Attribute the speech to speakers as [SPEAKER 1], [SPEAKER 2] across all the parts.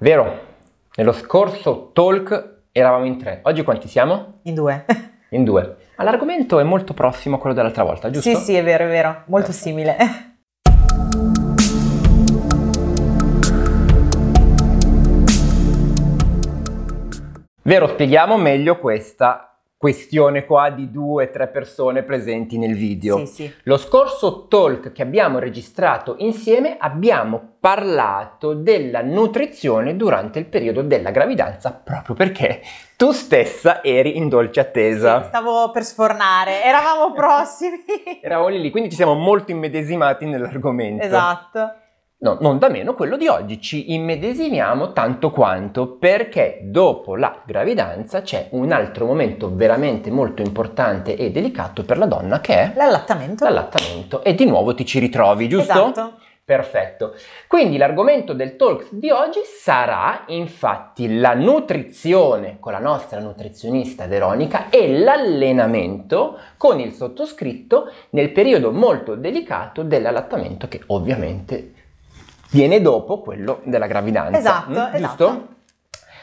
[SPEAKER 1] Vero, nello scorso talk eravamo in tre, oggi quanti siamo?
[SPEAKER 2] In due.
[SPEAKER 1] In due. Ma l'argomento è molto prossimo a quello dell'altra volta, giusto?
[SPEAKER 2] Sì, sì, è vero, è vero, molto simile.
[SPEAKER 1] Vero, spieghiamo meglio questa questione qua di due o tre persone presenti nel video.
[SPEAKER 2] Sì, sì.
[SPEAKER 1] Lo scorso talk che abbiamo registrato insieme abbiamo parlato della nutrizione durante il periodo della gravidanza proprio perché tu stessa eri in dolce attesa.
[SPEAKER 2] Sì, Stavo per sfornare, eravamo prossimi.
[SPEAKER 1] Eravamo lì, lì, quindi ci siamo molto immedesimati nell'argomento.
[SPEAKER 2] esatto.
[SPEAKER 1] No, non da meno quello di oggi, ci immedesimiamo tanto quanto perché dopo la gravidanza c'è un altro momento veramente molto importante e delicato per la donna che è
[SPEAKER 2] L'allattamento.
[SPEAKER 1] l'allattamento e di nuovo ti ci ritrovi, giusto?
[SPEAKER 2] Esatto.
[SPEAKER 1] Perfetto. Quindi l'argomento del talk di oggi sarà infatti la nutrizione con la nostra nutrizionista Veronica e l'allenamento con il sottoscritto nel periodo molto delicato dell'allattamento che ovviamente viene dopo quello della gravidanza.
[SPEAKER 2] Esatto,
[SPEAKER 1] Mm,
[SPEAKER 2] esatto.
[SPEAKER 1] Giusto?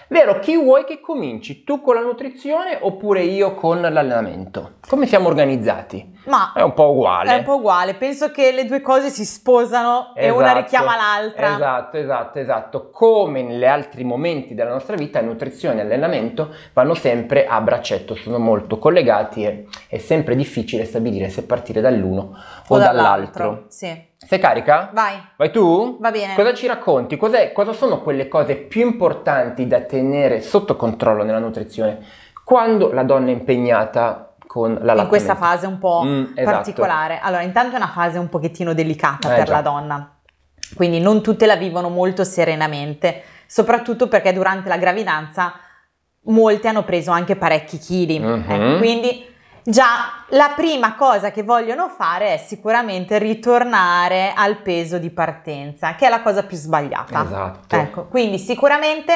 [SPEAKER 1] Vero, chi vuoi che cominci? Tu con la nutrizione oppure io con l'allenamento? Come siamo organizzati?
[SPEAKER 2] Ma
[SPEAKER 1] È un po' uguale.
[SPEAKER 2] è un po' uguale, penso che le due cose si sposano e una
[SPEAKER 1] Esatto,
[SPEAKER 2] richiama l'altra.
[SPEAKER 1] Esatto, esatto, esatto. Come negli altri momenti della nostra vita, nutrizione e allenamento vanno sempre a braccetto, sono molto collegati e è sempre difficile stabilire se partire dall'uno Esatto. o, dall'altro.
[SPEAKER 2] Sì.
[SPEAKER 1] Sei carica?
[SPEAKER 2] Vai,
[SPEAKER 1] Vai tu?
[SPEAKER 2] va bene.
[SPEAKER 1] Cosa ci racconti? Cos'è- cosa sono quelle cose più importanti da tenere sotto controllo nella nutrizione quando la donna è impegnata con la Mm,
[SPEAKER 2] In questa fase un po'
[SPEAKER 1] esatto.
[SPEAKER 2] particolare. Allora, intanto è una fase un pochettino delicata
[SPEAKER 1] Eh,
[SPEAKER 2] per
[SPEAKER 1] già.
[SPEAKER 2] la donna, quindi non tutte la vivono molto serenamente, soprattutto perché durante la gravidanza molte hanno preso anche parecchi chili.
[SPEAKER 1] Mhm.
[SPEAKER 2] Ecco, quindi già la prima cosa che vogliono fare è sicuramente ritornare al peso di partenza, che è la cosa più sbagliata.
[SPEAKER 1] Esatto.
[SPEAKER 2] Ecco, quindi sicuramente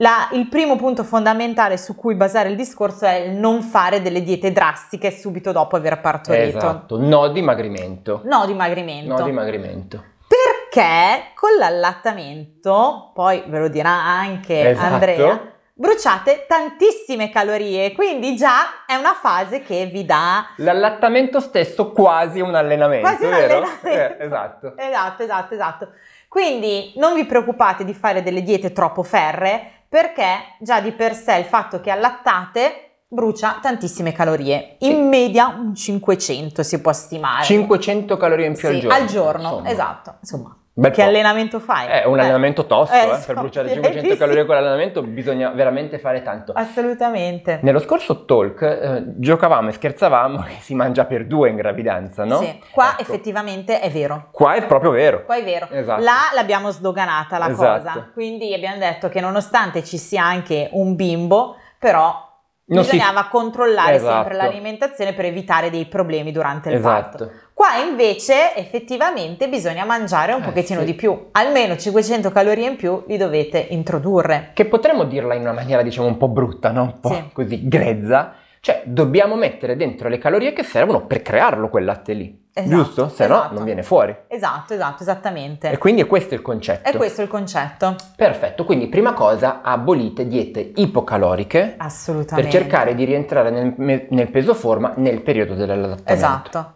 [SPEAKER 2] la- il primo punto fondamentale su cui basare il discorso è il non fare delle diete drastiche subito dopo aver partorito.
[SPEAKER 1] Esatto, no dimagrimento.
[SPEAKER 2] No dimagrimento.
[SPEAKER 1] No dimagrimento.
[SPEAKER 2] Perché con l'allattamento, poi ve lo dirà anche
[SPEAKER 1] Esatto.
[SPEAKER 2] Andrea, bruciate tantissime calorie, quindi già è una fase che vi dà...
[SPEAKER 1] L'allattamento stesso quasi è un allenamento,
[SPEAKER 2] Quasi un
[SPEAKER 1] vero?
[SPEAKER 2] allenamento.
[SPEAKER 1] Eh, esatto.
[SPEAKER 2] Esatto, esatto, esatto. Quindi non vi preoccupate di fare delle diete troppo ferre perché già di per sé il fatto che allattate brucia tantissime calorie, in
[SPEAKER 1] Sì.
[SPEAKER 2] media un 500 si può stimare.
[SPEAKER 1] 500 calorie in più al
[SPEAKER 2] Sì,
[SPEAKER 1] giorno.
[SPEAKER 2] al giorno,
[SPEAKER 1] insomma.
[SPEAKER 2] esatto. Insomma,
[SPEAKER 1] Bel
[SPEAKER 2] che
[SPEAKER 1] po'.
[SPEAKER 2] allenamento fai?
[SPEAKER 1] È un
[SPEAKER 2] Eh,
[SPEAKER 1] allenamento tosto,
[SPEAKER 2] Eh,
[SPEAKER 1] eh, per
[SPEAKER 2] insomma,
[SPEAKER 1] bruciare
[SPEAKER 2] direi
[SPEAKER 1] 500
[SPEAKER 2] di sì.
[SPEAKER 1] calorie con l'allenamento bisogna veramente fare tanto.
[SPEAKER 2] Assolutamente.
[SPEAKER 1] Nello scorso talk eh, giocavamo e scherzavamo che si mangia per due in gravidanza, no?
[SPEAKER 2] Sì, qua
[SPEAKER 1] Ecco,
[SPEAKER 2] effettivamente è vero.
[SPEAKER 1] Qua è proprio vero.
[SPEAKER 2] Qua è vero.
[SPEAKER 1] Esatto.
[SPEAKER 2] Là l'abbiamo sdoganata la
[SPEAKER 1] Esatto.
[SPEAKER 2] cosa. Quindi abbiamo detto che nonostante ci sia anche un bimbo, però
[SPEAKER 1] Non si-
[SPEAKER 2] bisognava controllare
[SPEAKER 1] Esatto.
[SPEAKER 2] sempre l'alimentazione per evitare dei problemi durante il parto.
[SPEAKER 1] Esatto.
[SPEAKER 2] Qua invece effettivamente bisogna mangiare un
[SPEAKER 1] Eh,
[SPEAKER 2] pochettino
[SPEAKER 1] sì.
[SPEAKER 2] di più, almeno 500 calorie in più li dovete introdurre.
[SPEAKER 1] che potremmo dirla in una maniera diciamo un po' brutta, no? un po'
[SPEAKER 2] Sì.
[SPEAKER 1] così grezza, cioè dobbiamo mettere dentro le calorie che servono per crearlo quel latte lì,
[SPEAKER 2] Esatto,
[SPEAKER 1] giusto? Se
[SPEAKER 2] esatto.
[SPEAKER 1] no non viene fuori.
[SPEAKER 2] Esatto, esatto, esattamente.
[SPEAKER 1] E quindi è questo il concetto.
[SPEAKER 2] È questo il concetto.
[SPEAKER 1] Perfetto, quindi prima cosa abolite diete ipocaloriche per
[SPEAKER 2] Assolutamente.
[SPEAKER 1] cercare di rientrare nel, me- nel peso forma nel periodo dell'allattamento.
[SPEAKER 2] Esatto.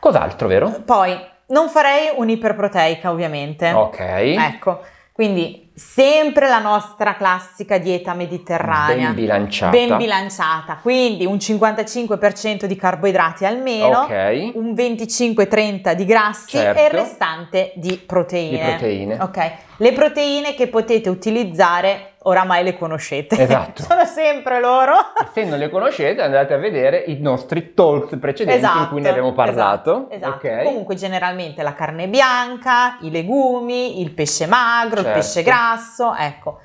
[SPEAKER 1] Cos'altro, vero?
[SPEAKER 2] Poi non farei un'iperproteica, ovviamente.
[SPEAKER 1] Ok.
[SPEAKER 2] Ecco, quindi sempre la nostra classica dieta mediterranea.
[SPEAKER 1] Ben bilanciata.
[SPEAKER 2] ben bilanciata, quindi un 55% di carboidrati almeno,
[SPEAKER 1] Ok.
[SPEAKER 2] un 25-30 di grassi
[SPEAKER 1] Certo.
[SPEAKER 2] e il restante di
[SPEAKER 1] Di
[SPEAKER 2] proteine.
[SPEAKER 1] proteine.
[SPEAKER 2] Ok, le proteine che potete utilizzare oramai le conoscete.
[SPEAKER 1] Esatto.
[SPEAKER 2] Sono sempre loro.
[SPEAKER 1] Se non le conoscete andate a vedere i nostri talks precedenti in cui ne abbiamo parlato.
[SPEAKER 2] Esatto. esatto.
[SPEAKER 1] Ok.
[SPEAKER 2] Comunque generalmente la carne bianca, i legumi, il pesce magro, il
[SPEAKER 1] Certo.
[SPEAKER 2] pesce grasso, ecco.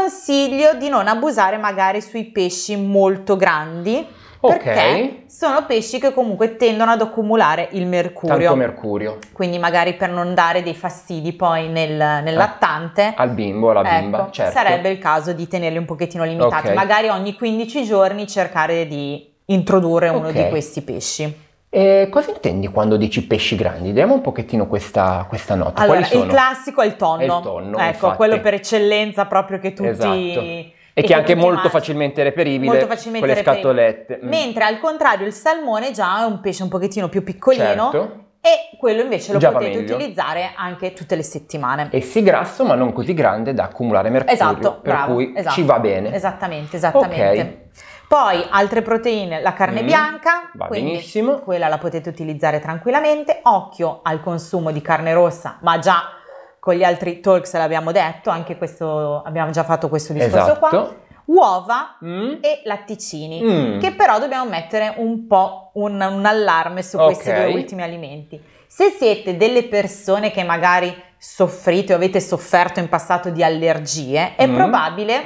[SPEAKER 2] Consiglio di non abusare magari sui pesci molto grandi
[SPEAKER 1] Ok.
[SPEAKER 2] perché sono pesci che comunque tendono ad accumulare il mercurio.
[SPEAKER 1] Tanto mercurio.
[SPEAKER 2] quindi magari per non dare dei fastidi poi nel, nel lattante,
[SPEAKER 1] Ah, Al bimbo, alla
[SPEAKER 2] ecco,
[SPEAKER 1] bimba, certo.
[SPEAKER 2] sarebbe il caso di tenerli un pochettino limitati,
[SPEAKER 1] Ok.
[SPEAKER 2] magari ogni 15 giorni cercare di introdurre uno
[SPEAKER 1] Ok.
[SPEAKER 2] di questi pesci.
[SPEAKER 1] E cosa intendi quando dici pesci grandi? Diamo un pochettino questa, questa nota.
[SPEAKER 2] Allora,
[SPEAKER 1] Quali sono?
[SPEAKER 2] il classico è il tonno.
[SPEAKER 1] È il tonno,
[SPEAKER 2] ecco,
[SPEAKER 1] infatti.
[SPEAKER 2] quello per eccellenza proprio che tutti...
[SPEAKER 1] Esatto.
[SPEAKER 2] e
[SPEAKER 1] e che è anche
[SPEAKER 2] tutti
[SPEAKER 1] molto
[SPEAKER 2] mangiano.
[SPEAKER 1] facilmente reperibile
[SPEAKER 2] Molto facilmente
[SPEAKER 1] con le
[SPEAKER 2] reperibile.
[SPEAKER 1] scatolette. Mm,
[SPEAKER 2] Mentre al contrario il salmone già è un pesce un pochettino più piccolino
[SPEAKER 1] certo.
[SPEAKER 2] e quello invece lo
[SPEAKER 1] Già va
[SPEAKER 2] potete
[SPEAKER 1] meglio.
[SPEAKER 2] utilizzare anche tutte le settimane.
[SPEAKER 1] E sì grasso, ma non così grande da accumulare mercurio,
[SPEAKER 2] Esatto,
[SPEAKER 1] per
[SPEAKER 2] bravo,
[SPEAKER 1] cui
[SPEAKER 2] esatto.
[SPEAKER 1] ci va bene.
[SPEAKER 2] Esattamente, esattamente. Poi altre proteine, la carne
[SPEAKER 1] Mm,
[SPEAKER 2] bianca,
[SPEAKER 1] va
[SPEAKER 2] quindi
[SPEAKER 1] benissimo.
[SPEAKER 2] quella la potete utilizzare tranquillamente. Occhio al consumo di carne rossa, ma già con gli altri talks l'abbiamo detto, anche questo abbiamo già fatto questo discorso qua.
[SPEAKER 1] Esatto.
[SPEAKER 2] Uova
[SPEAKER 1] Mm.
[SPEAKER 2] e latticini,
[SPEAKER 1] Mm.
[SPEAKER 2] che però dobbiamo mettere un po' un, un allarme su
[SPEAKER 1] Ok.
[SPEAKER 2] questi due ultimi alimenti. Se siete delle persone che magari soffrite o avete sofferto in passato di allergie, è
[SPEAKER 1] Mm.
[SPEAKER 2] probabile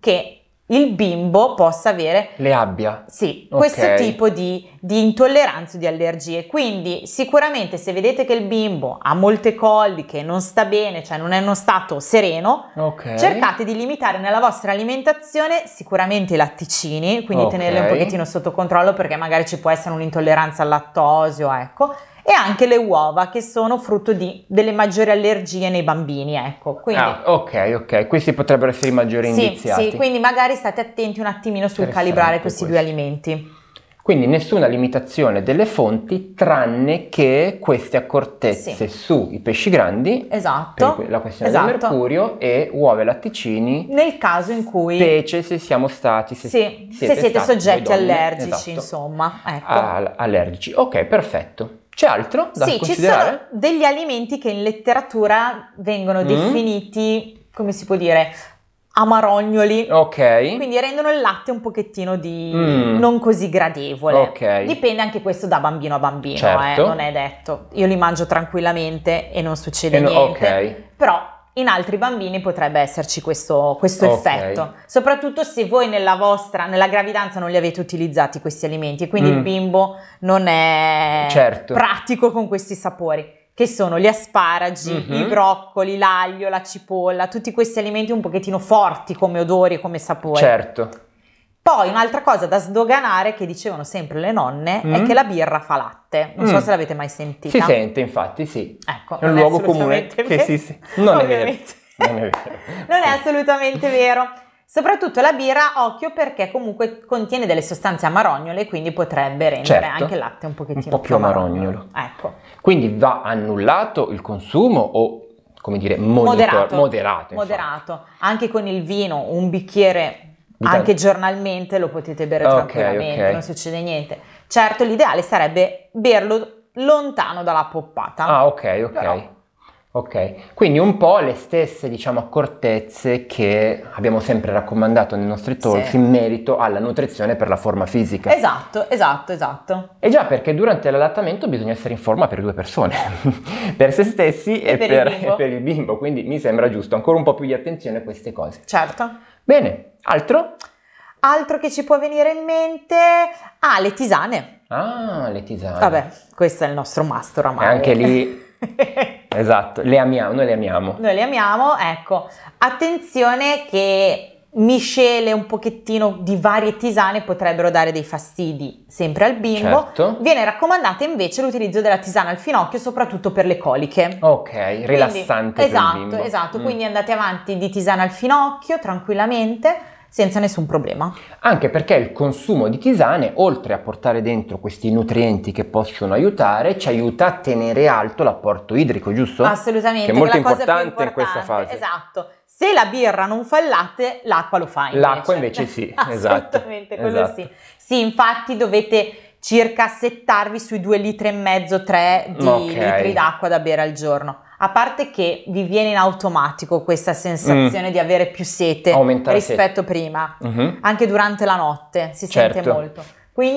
[SPEAKER 2] che il bimbo possa avere
[SPEAKER 1] Le abbia.
[SPEAKER 2] sì,
[SPEAKER 1] Ok.
[SPEAKER 2] questo tipo di, di intolleranza o di allergie. Quindi sicuramente se vedete che il bimbo ha molte colliche, non sta bene, cioè non è in uno stato sereno,
[SPEAKER 1] Ok.
[SPEAKER 2] Cercate di limitare nella vostra alimentazione sicuramente i latticini, quindi
[SPEAKER 1] Ok.
[SPEAKER 2] tenerli un pochettino sotto controllo perché magari ci può essere un'intolleranza al lattosio, ecco, e anche le uova che sono frutto di delle maggiori allergie nei bambini, ecco. Quindi
[SPEAKER 1] Ah, ok, ok. Questi potrebbero essere i maggiori
[SPEAKER 2] sì,
[SPEAKER 1] indiziati.
[SPEAKER 2] sì, quindi magari state attenti un attimino sul
[SPEAKER 1] Interessante
[SPEAKER 2] calibrare questi due
[SPEAKER 1] questo.
[SPEAKER 2] alimenti.
[SPEAKER 1] Quindi nessuna limitazione delle fonti tranne che queste accortezze
[SPEAKER 2] Sì.
[SPEAKER 1] sui pesci grandi, per
[SPEAKER 2] Esatto.
[SPEAKER 1] que- la questione
[SPEAKER 2] Esatto.
[SPEAKER 1] del mercurio e uova e latticini,
[SPEAKER 2] Nel caso in cui
[SPEAKER 1] specie se siamo stati, se
[SPEAKER 2] sì, se siete,
[SPEAKER 1] stati
[SPEAKER 2] soggetti
[SPEAKER 1] voi donne,
[SPEAKER 2] allergici,
[SPEAKER 1] esatto, Ah,
[SPEAKER 2] insomma, ecco.
[SPEAKER 1] a- allergici. Ok, perfetto. C'è altro da
[SPEAKER 2] sì, ci sono
[SPEAKER 1] considerare?
[SPEAKER 2] degli alimenti che in letteratura vengono
[SPEAKER 1] Mm.
[SPEAKER 2] definiti, come si può dire, amarognoli,
[SPEAKER 1] Ok.
[SPEAKER 2] quindi rendono il latte un pochettino di
[SPEAKER 1] Mm.
[SPEAKER 2] non così gradevole.
[SPEAKER 1] Ok.
[SPEAKER 2] Dipende anche questo da bambino a bambino, eh,
[SPEAKER 1] Certo.
[SPEAKER 2] non è detto. Io li mangio tranquillamente e non succede
[SPEAKER 1] E no-
[SPEAKER 2] niente.
[SPEAKER 1] ok.
[SPEAKER 2] Però in altri bambini potrebbe esserci questo, questo
[SPEAKER 1] Ok.
[SPEAKER 2] effetto, soprattutto se voi nella vostra, nella gravidanza non li avete utilizzati questi alimenti e quindi
[SPEAKER 1] Mm.
[SPEAKER 2] il bimbo non è
[SPEAKER 1] Certo.
[SPEAKER 2] pratico con questi sapori, che sono gli asparagi,
[SPEAKER 1] Mhm.
[SPEAKER 2] i broccoli, l'aglio, la cipolla, tutti questi alimenti un pochettino forti come odori e come sapori.
[SPEAKER 1] Certo.
[SPEAKER 2] Poi un'altra cosa da sdoganare che dicevano sempre le nonne è
[SPEAKER 1] Mm.
[SPEAKER 2] che la birra fa latte, non so
[SPEAKER 1] Mm.
[SPEAKER 2] se l'avete mai sentita.
[SPEAKER 1] Si sente, infatti, sì.
[SPEAKER 2] Ecco,
[SPEAKER 1] È un
[SPEAKER 2] non
[SPEAKER 1] luogo comune
[SPEAKER 2] assolutamente
[SPEAKER 1] che
[SPEAKER 2] vero.
[SPEAKER 1] si se- Non è vero.
[SPEAKER 2] Ovviamente.
[SPEAKER 1] Non è vero.
[SPEAKER 2] Non è
[SPEAKER 1] Sì.
[SPEAKER 2] assolutamente vero. Soprattutto la birra, occhio perché comunque contiene delle sostanze amarognole, quindi potrebbe rendere
[SPEAKER 1] Certo.
[SPEAKER 2] anche il latte un pochettino
[SPEAKER 1] po' più amarognolo.
[SPEAKER 2] Ecco,
[SPEAKER 1] Quindi va annullato il consumo o, come dire,
[SPEAKER 2] Moderato.
[SPEAKER 1] monitor- moderato. infatti.
[SPEAKER 2] moderato. Anche con il vino, un bicchiere
[SPEAKER 1] Di tanto-
[SPEAKER 2] anche giornalmente lo potete bere
[SPEAKER 1] Ok,
[SPEAKER 2] tranquillamente,
[SPEAKER 1] ok.
[SPEAKER 2] non succede niente. Certo, l'ideale sarebbe berlo lontano dalla poppata.
[SPEAKER 1] Ah, ok, ok.
[SPEAKER 2] Però-
[SPEAKER 1] Ok, quindi un po' le stesse, diciamo, accortezze che abbiamo sempre raccomandato nei nostri talks
[SPEAKER 2] Sì.
[SPEAKER 1] in merito alla nutrizione per la forma fisica.
[SPEAKER 2] Esatto, esatto, esatto.
[SPEAKER 1] E già perché durante l'allattamento bisogna essere in forma per due persone, per se stessi e,
[SPEAKER 2] per il bimbo.
[SPEAKER 1] e per il bimbo, quindi mi sembra giusto ancora un po' più di attenzione a queste cose.
[SPEAKER 2] Certo.
[SPEAKER 1] Bene, altro?
[SPEAKER 2] Altro che ci può venire in mente? Ah, le tisane.
[SPEAKER 1] Ah, le tisane.
[SPEAKER 2] Vabbè, questo è il nostro must oramai.
[SPEAKER 1] E anche lì, esatto, le amiamo, noi le amiamo.
[SPEAKER 2] Noi le amiamo, ecco. Attenzione che miscele un pochettino di varie tisane potrebbero dare dei fastidi sempre al bimbo.
[SPEAKER 1] Certo.
[SPEAKER 2] Viene raccomandata invece l'utilizzo della tisana al finocchio, soprattutto per le coliche.
[SPEAKER 1] Ok,
[SPEAKER 2] Quindi-
[SPEAKER 1] rilassante
[SPEAKER 2] esatto,
[SPEAKER 1] per il bimbo.
[SPEAKER 2] Esatto,
[SPEAKER 1] Mm.
[SPEAKER 2] quindi andate avanti di tisana al finocchio tranquillamente, senza nessun problema.
[SPEAKER 1] Anche perché il consumo di tisane, oltre a portare dentro questi nutrienti che possono aiutare, ci aiuta a tenere alto l'apporto idrico, giusto?
[SPEAKER 2] Assolutamente,
[SPEAKER 1] Che è molto
[SPEAKER 2] la cosa più
[SPEAKER 1] importante in questa
[SPEAKER 2] importante,
[SPEAKER 1] fase.
[SPEAKER 2] Esatto. Se la birra non fa il latte, l'acqua lo fa invece.
[SPEAKER 1] L'acqua invece sì, esatto.
[SPEAKER 2] Assolutamente, quello
[SPEAKER 1] Esatto.
[SPEAKER 2] sì. Sì, infatti dovete circa settarvi sui 2 litri e mezzo, 3 di
[SPEAKER 1] Ok.
[SPEAKER 2] litri d'acqua da bere al giorno. A parte che vi viene in automatico questa sensazione
[SPEAKER 1] Mm.
[SPEAKER 2] di avere più sete
[SPEAKER 1] Aumenta la
[SPEAKER 2] rispetto prima,
[SPEAKER 1] Mhm.
[SPEAKER 2] anche durante la notte si sente
[SPEAKER 1] Certo.
[SPEAKER 2] molto.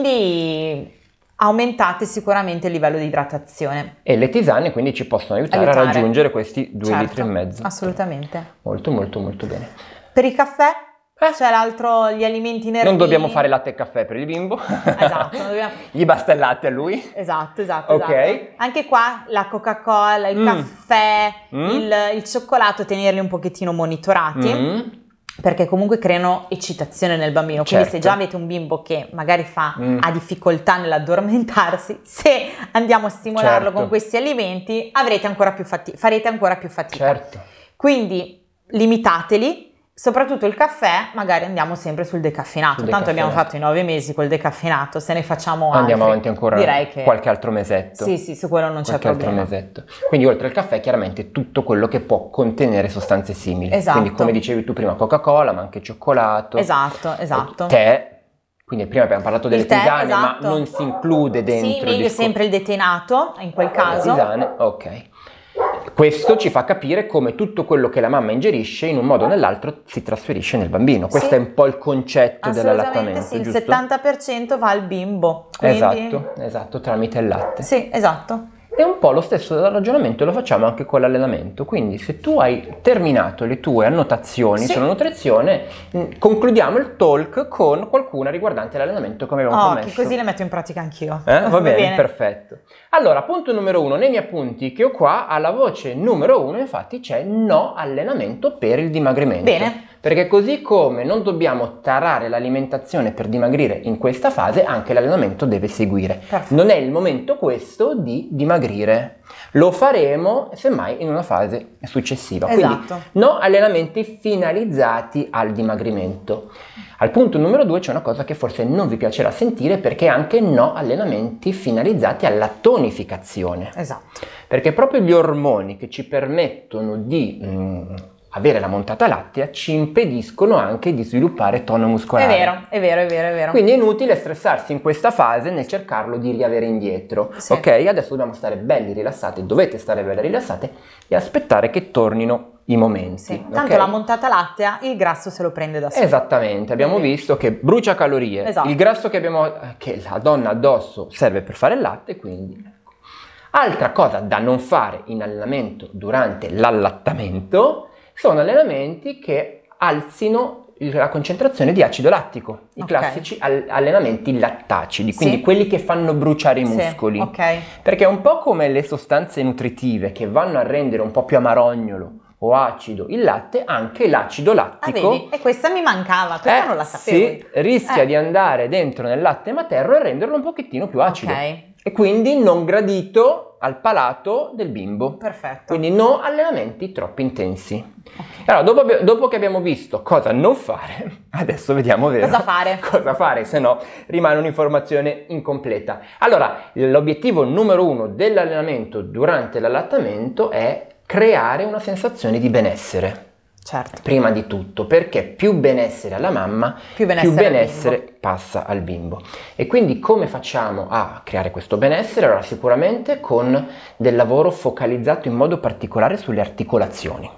[SPEAKER 2] Quindi aumentate sicuramente il livello di idratazione.
[SPEAKER 1] E le tisane quindi ci possono aiutare,
[SPEAKER 2] Aiutare.
[SPEAKER 1] a raggiungere questi due
[SPEAKER 2] Certo,
[SPEAKER 1] litri e mezzo.
[SPEAKER 2] Assolutamente.
[SPEAKER 1] Molto molto molto bene.
[SPEAKER 2] Per il caffè
[SPEAKER 1] Eh.
[SPEAKER 2] c'è l'altro, gli alimenti nervosi.
[SPEAKER 1] Non dobbiamo fare latte e caffè per il bimbo.
[SPEAKER 2] Esatto, non dobbiamo-
[SPEAKER 1] Gli basta il latte a lui.
[SPEAKER 2] Esatto, esatto,
[SPEAKER 1] Ok.
[SPEAKER 2] esatto. Anche qua la Coca-Cola, il
[SPEAKER 1] Mm.
[SPEAKER 2] caffè,
[SPEAKER 1] Mm.
[SPEAKER 2] il, il cioccolato, tenerli un pochettino monitorati.
[SPEAKER 1] Mm.
[SPEAKER 2] perché comunque creano eccitazione nel bambino. Quindi se
[SPEAKER 1] Certo.
[SPEAKER 2] già avete un bimbo che magari fa,
[SPEAKER 1] Mm.
[SPEAKER 2] ha difficoltà nell'addormentarsi, se andiamo a stimolarlo
[SPEAKER 1] Certo.
[SPEAKER 2] con questi alimenti avrete ancora più fati- farete ancora più fatica.
[SPEAKER 1] Certo.
[SPEAKER 2] Quindi limitateli. Soprattutto il caffè, magari andiamo sempre sul decaffeinato.
[SPEAKER 1] Sul
[SPEAKER 2] Tanto abbiamo
[SPEAKER 1] decaffeinato.
[SPEAKER 2] fatto i nove mesi col decaffeinato, se ne facciamo
[SPEAKER 1] Andiamo
[SPEAKER 2] altri.
[SPEAKER 1] avanti ancora
[SPEAKER 2] Direi che-
[SPEAKER 1] qualche altro mesetto.
[SPEAKER 2] Sì, sì, su quello non c'è
[SPEAKER 1] qualche altro
[SPEAKER 2] problema.
[SPEAKER 1] mesetto. Quindi oltre al caffè chiaramente tutto quello che può contenere sostanze simili.
[SPEAKER 2] Esatto.
[SPEAKER 1] Quindi come dicevi tu prima Coca-Cola, ma anche cioccolato,
[SPEAKER 2] Esatto, esatto.
[SPEAKER 1] tè. Quindi prima abbiamo parlato delle
[SPEAKER 2] Il tè,
[SPEAKER 1] tisane,
[SPEAKER 2] esatto.
[SPEAKER 1] ma non si include dentro Esatto,
[SPEAKER 2] Sì,
[SPEAKER 1] il
[SPEAKER 2] meglio
[SPEAKER 1] discor-
[SPEAKER 2] sempre il detenato, in quel caso.
[SPEAKER 1] tisane, ok. Questo ci fa capire come tutto quello che la mamma ingerisce in un modo o nell'altro si trasferisce nel bambino. Questo
[SPEAKER 2] Sì.
[SPEAKER 1] è un po' il concetto
[SPEAKER 2] Assolutamente
[SPEAKER 1] dell'allattamento,
[SPEAKER 2] sì, il
[SPEAKER 1] giusto?
[SPEAKER 2] 70% va al bimbo. Quindi...
[SPEAKER 1] Esatto, esatto, tramite il latte.
[SPEAKER 2] Sì, esatto.
[SPEAKER 1] E un po' lo stesso ragionamento lo facciamo anche con l'allenamento, quindi se tu hai terminato le tue annotazioni
[SPEAKER 2] Sì.
[SPEAKER 1] sulla nutrizione, mh, concludiamo il talk con qualcuna riguardante l'allenamento come abbiamo
[SPEAKER 2] Oh,
[SPEAKER 1] promesso.
[SPEAKER 2] che così le metto in pratica anch'io.
[SPEAKER 1] Eh, Va, bene, perfetto. Allora, punto numero uno, nei miei appunti che ho qua, alla voce numero uno infatti c'è no allenamento per il dimagrimento.
[SPEAKER 2] Bene.
[SPEAKER 1] Perché così come non dobbiamo tarare l'alimentazione per dimagrire in questa fase, anche l'allenamento deve seguire.
[SPEAKER 2] Perfetto.
[SPEAKER 1] Non è il momento questo di dimagrire. Lo faremo semmai in una fase successiva. Quindi
[SPEAKER 2] Esatto.
[SPEAKER 1] no allenamenti finalizzati al dimagrimento. Al punto numero due c'è una cosa che forse non vi piacerà sentire perché anche no allenamenti finalizzati alla tonificazione.
[SPEAKER 2] Esatto.
[SPEAKER 1] Perché proprio gli ormoni che ci permettono di mm, avere la montata lattea ci impediscono anche di sviluppare tono
[SPEAKER 2] È
[SPEAKER 1] muscolare.
[SPEAKER 2] vero, è vero, è vero, è vero.
[SPEAKER 1] Quindi è inutile stressarsi in questa fase nel cercarlo di riavere indietro.
[SPEAKER 2] Sì.
[SPEAKER 1] Ok, adesso dobbiamo stare belli rilassati, dovete stare belli rilassate e aspettare che tornino i momenti.
[SPEAKER 2] Sì.
[SPEAKER 1] ok? Eh,
[SPEAKER 2] Tanto la montata lattea il grasso se lo prende da solo.
[SPEAKER 1] Esattamente, abbiamo
[SPEAKER 2] Quindi-
[SPEAKER 1] visto che brucia calorie,
[SPEAKER 2] Esatto.
[SPEAKER 1] il grasso che, abbiamo, che la donna addosso serve per fare il latte, quindi... ecco. Altra cosa da non fare in allenamento durante l'allattamento sono allenamenti che alzino il- la concentrazione di acido lattico, i
[SPEAKER 2] Ok.
[SPEAKER 1] classici al- allenamenti lattacidi, quindi
[SPEAKER 2] Sì.
[SPEAKER 1] quelli che fanno bruciare i
[SPEAKER 2] Sì,
[SPEAKER 1] muscoli.
[SPEAKER 2] ok. Ah,
[SPEAKER 1] Perché è un po' come le sostanze nutritive che vanno a rendere un po' più amarognolo o acido il latte, anche l'acido
[SPEAKER 2] Ah,
[SPEAKER 1] lattico
[SPEAKER 2] vedi? E questa mi mancava, questa
[SPEAKER 1] eh,
[SPEAKER 2] non la sapevo.
[SPEAKER 1] Sì, rischia
[SPEAKER 2] Eh.
[SPEAKER 1] di andare dentro nel latte materno e renderlo un pochettino più acido.
[SPEAKER 2] Ok,
[SPEAKER 1] E quindi non gradito al palato del bimbo.
[SPEAKER 2] perfetto.
[SPEAKER 1] Quindi no allenamenti troppo intensi. Allora, dopo, abbi- dopo che abbiamo visto cosa non fare, adesso vediamo vero
[SPEAKER 2] Cosa fare?
[SPEAKER 1] cosa fare, se no rimane un'informazione incompleta. Allora, l'obiettivo numero uno dell'allenamento durante l'allattamento è creare una sensazione di benessere,
[SPEAKER 2] Certo,
[SPEAKER 1] prima di tutto, perché più benessere alla mamma,
[SPEAKER 2] più benessere.
[SPEAKER 1] più
[SPEAKER 2] al bimbo.
[SPEAKER 1] benessere passa al bimbo. E quindi come facciamo a creare questo benessere? Allora sicuramente con del lavoro focalizzato in modo particolare sulle articolazioni.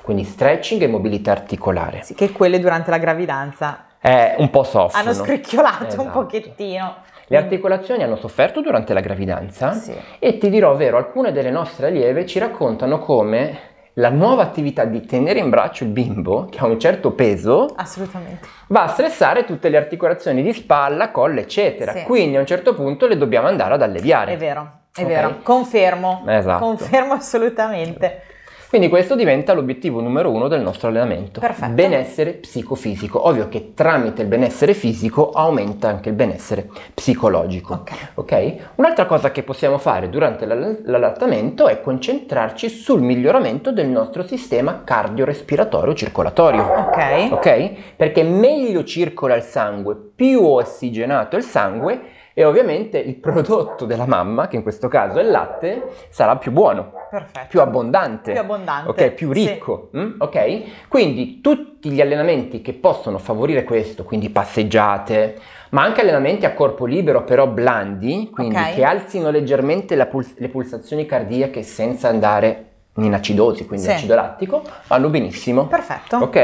[SPEAKER 1] Quindi stretching e mobilità articolare.
[SPEAKER 2] Sì, che quelle durante la gravidanza
[SPEAKER 1] È un po' soffono.
[SPEAKER 2] hanno scricchiolato un
[SPEAKER 1] Esatto.
[SPEAKER 2] pochettino.
[SPEAKER 1] Le articolazioni hanno sofferto durante la gravidanza
[SPEAKER 2] Sì.
[SPEAKER 1] e ti dirò vero, alcune delle nostre allieve ci raccontano come la nuova attività di tenere in braccio il bimbo, che ha un certo peso,
[SPEAKER 2] Assolutamente.
[SPEAKER 1] va a stressare tutte le articolazioni di spalla, colla, eccetera.
[SPEAKER 2] Sì.
[SPEAKER 1] Quindi a un certo punto le dobbiamo andare ad alleviare.
[SPEAKER 2] È vero, è
[SPEAKER 1] Ok.
[SPEAKER 2] vero. Confermo.
[SPEAKER 1] Esatto.
[SPEAKER 2] Confermo assolutamente.
[SPEAKER 1] Quindi questo diventa l'obiettivo numero uno del nostro allenamento.
[SPEAKER 2] Perfetto.
[SPEAKER 1] Benessere psicofisico. Ovvio che tramite il benessere fisico aumenta anche il benessere psicologico.
[SPEAKER 2] Ok.
[SPEAKER 1] Ok? Un'altra cosa che possiamo fare durante l'all- l'allattamento è concentrarci sul miglioramento del nostro sistema cardiorespiratorio circolatorio.
[SPEAKER 2] Ok.
[SPEAKER 1] Ok? Perché meglio circola il sangue, più ossigenato il sangue e ovviamente il prodotto della mamma, che in questo caso è il latte, sarà più buono,
[SPEAKER 2] Perfetto.
[SPEAKER 1] più abbondante.
[SPEAKER 2] Più abbondante.
[SPEAKER 1] Ok, più
[SPEAKER 2] Sì.
[SPEAKER 1] ricco, mm? ok? Quindi tutti gli allenamenti che possono favorire questo, quindi passeggiate, ma anche allenamenti a corpo libero però blandi, quindi
[SPEAKER 2] Ok.
[SPEAKER 1] che alzino leggermente la puls- le pulsazioni cardiache senza andare in acidosi, quindi
[SPEAKER 2] Sì.
[SPEAKER 1] acido lattico, vanno benissimo.
[SPEAKER 2] Perfetto.
[SPEAKER 1] Ok?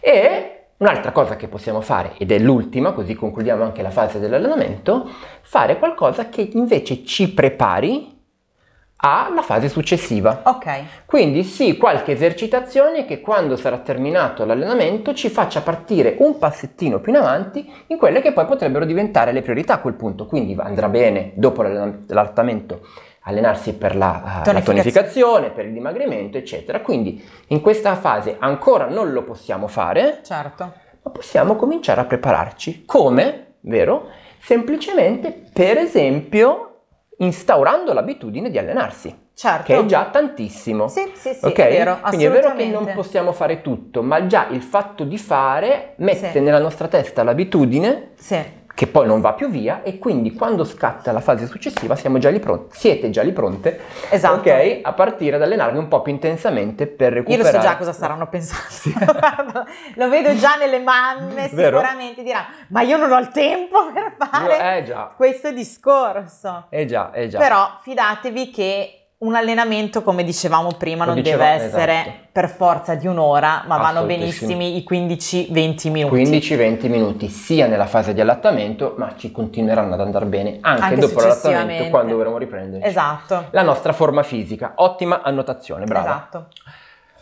[SPEAKER 1] E un'altra cosa che possiamo fare, ed è l'ultima, così concludiamo anche la fase dell'allenamento, fare qualcosa che invece ci prepari alla fase successiva.
[SPEAKER 2] Ok.
[SPEAKER 1] Quindi sì, qualche esercitazione che quando sarà terminato l'allenamento ci faccia partire un passettino più in avanti in quelle che poi potrebbero diventare le priorità a quel punto. Quindi andrà bene dopo l'allenam- l'allattamento allenarsi per la, eh, la
[SPEAKER 2] Tonificazione.
[SPEAKER 1] tonificazione, per il dimagrimento, eccetera. Quindi in questa fase ancora non lo possiamo fare,
[SPEAKER 2] Certo.
[SPEAKER 1] ma possiamo cominciare a prepararci. Come? Vero? Semplicemente, per esempio, instaurando l'abitudine di allenarsi,
[SPEAKER 2] Certo.
[SPEAKER 1] che è già tantissimo.
[SPEAKER 2] Sì, sì, sì,
[SPEAKER 1] Ok?
[SPEAKER 2] è vero,
[SPEAKER 1] Quindi è vero che
[SPEAKER 2] assolutamente.
[SPEAKER 1] non possiamo fare tutto, ma già il fatto di fare mette
[SPEAKER 2] Sì.
[SPEAKER 1] nella nostra testa l'abitudine
[SPEAKER 2] Sì,
[SPEAKER 1] che poi non va più via e quindi quando scatta la fase successiva siamo già lì pronti, siete già lì pronte,
[SPEAKER 2] esatto.
[SPEAKER 1] ok? A partire ad allenarvi un po' più intensamente per
[SPEAKER 2] Io lo
[SPEAKER 1] recuperare.
[SPEAKER 2] so già cosa staranno pensando. Guarda, lo vedo già nelle mamme,
[SPEAKER 1] Vero?
[SPEAKER 2] sicuramente diranno, ma io non ho il tempo per fare
[SPEAKER 1] Eh già,
[SPEAKER 2] questo discorso.
[SPEAKER 1] eh già, eh già.
[SPEAKER 2] Però fidatevi che un allenamento, come dicevamo prima,
[SPEAKER 1] Lo
[SPEAKER 2] non
[SPEAKER 1] dicevamo,
[SPEAKER 2] deve essere
[SPEAKER 1] esatto.
[SPEAKER 2] per forza di un'ora, ma vanno
[SPEAKER 1] Assolutissimo.
[SPEAKER 2] benissimi i 15-20 minuti.
[SPEAKER 1] 15-20 minuti sia nella fase di allattamento, ma ci continueranno ad andare bene anche,
[SPEAKER 2] Anche
[SPEAKER 1] dopo l'allattamento
[SPEAKER 2] successivamente.
[SPEAKER 1] quando dovremo riprendere.
[SPEAKER 2] Esatto.
[SPEAKER 1] La nostra forma fisica, ottima annotazione, brava.
[SPEAKER 2] Esatto.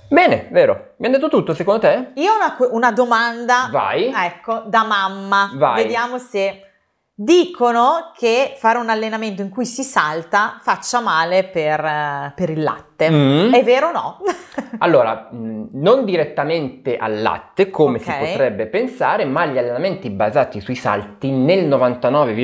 [SPEAKER 1] Bene, vero. Mi hanno detto tutto secondo te?
[SPEAKER 2] Io ho una, que- una domanda,
[SPEAKER 1] Vai.
[SPEAKER 2] ecco, da mamma.
[SPEAKER 1] Vai.
[SPEAKER 2] Vediamo se dicono che fare un allenamento in cui si salta faccia male per, eh, per il latte.
[SPEAKER 1] Mm.
[SPEAKER 2] È vero o no?
[SPEAKER 1] Allora, mh, non direttamente al latte come si
[SPEAKER 2] Ok.
[SPEAKER 1] potrebbe pensare, ma gli allenamenti basati sui salti nel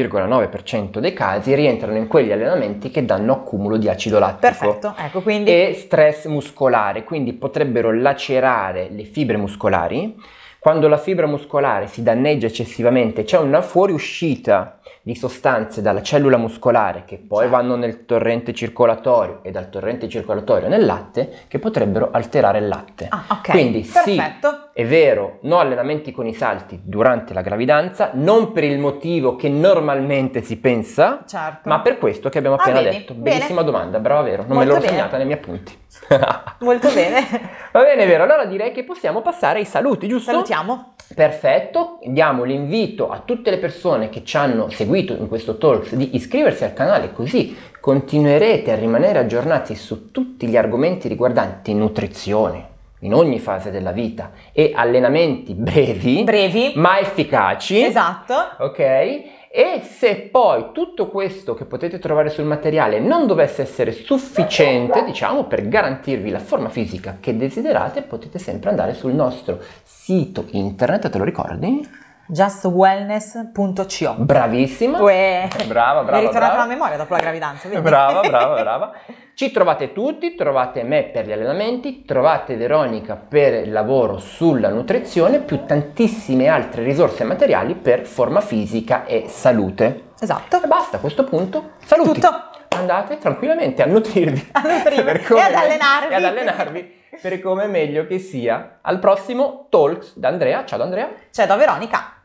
[SPEAKER 1] 99,9% dei casi rientrano in quegli allenamenti che danno accumulo di acido lattico
[SPEAKER 2] Perfetto, ecco, quindi
[SPEAKER 1] e stress muscolare, quindi potrebbero lacerare le fibre muscolari. Quando la fibra muscolare si danneggia eccessivamente, c'è una fuoriuscita di sostanze dalla cellula muscolare che poi
[SPEAKER 2] Certo.
[SPEAKER 1] vanno nel torrente circolatorio e dal torrente circolatorio nel latte che potrebbero alterare il latte.
[SPEAKER 2] Ah, ok.
[SPEAKER 1] Quindi sì.
[SPEAKER 2] Perfetto.
[SPEAKER 1] È vero, no allenamenti con i salti durante la gravidanza, non per il motivo che normalmente si pensa,
[SPEAKER 2] Certo.
[SPEAKER 1] ma per questo che abbiamo
[SPEAKER 2] Ah,
[SPEAKER 1] appena
[SPEAKER 2] vedi,
[SPEAKER 1] detto.
[SPEAKER 2] bene.
[SPEAKER 1] Bellissima domanda, brava Vero, non me
[SPEAKER 2] Molto
[SPEAKER 1] l'ho
[SPEAKER 2] bene.
[SPEAKER 1] segnata nei miei appunti.
[SPEAKER 2] Molto bene.
[SPEAKER 1] Va bene Vero, allora direi che possiamo passare ai saluti, giusto?
[SPEAKER 2] Salutiamo.
[SPEAKER 1] Perfetto, diamo l'invito a tutte le persone che ci hanno seguito in questo Talks di iscriversi al canale così continuerete a rimanere aggiornati su tutti gli argomenti riguardanti nutrizione in ogni fase della vita e allenamenti brevi
[SPEAKER 2] Brevi.
[SPEAKER 1] ma efficaci.
[SPEAKER 2] Esatto.
[SPEAKER 1] Ok? E se poi tutto questo che potete trovare sul materiale non dovesse essere sufficiente, diciamo, per garantirvi la forma fisica che desiderate, potete sempre andare sul nostro sito internet, te lo ricordi?
[SPEAKER 2] Justwellness.co.
[SPEAKER 1] Bravissima.
[SPEAKER 2] Uè.
[SPEAKER 1] Brava,
[SPEAKER 2] Mi è
[SPEAKER 1] brava,
[SPEAKER 2] ritornata la
[SPEAKER 1] brava.
[SPEAKER 2] memoria dopo la gravidanza. vedi?
[SPEAKER 1] Brava, brava, brava. Ci trovate tutti, trovate me per gli allenamenti, trovate Veronica per il lavoro sulla nutrizione, più tantissime altre risorse e materiali per forma fisica e salute.
[SPEAKER 2] Esatto.
[SPEAKER 1] E basta, a questo punto saluti.
[SPEAKER 2] Tutto.
[SPEAKER 1] Andate tranquillamente a nutrirvi.
[SPEAKER 2] A nutrirvi
[SPEAKER 1] Per
[SPEAKER 2] e
[SPEAKER 1] come-
[SPEAKER 2] ad allenarvi.
[SPEAKER 1] E ad allenarvi per come meglio che sia. Al prossimo Talks da Andrea. Ciao da Andrea.
[SPEAKER 2] Cioè da Veronica.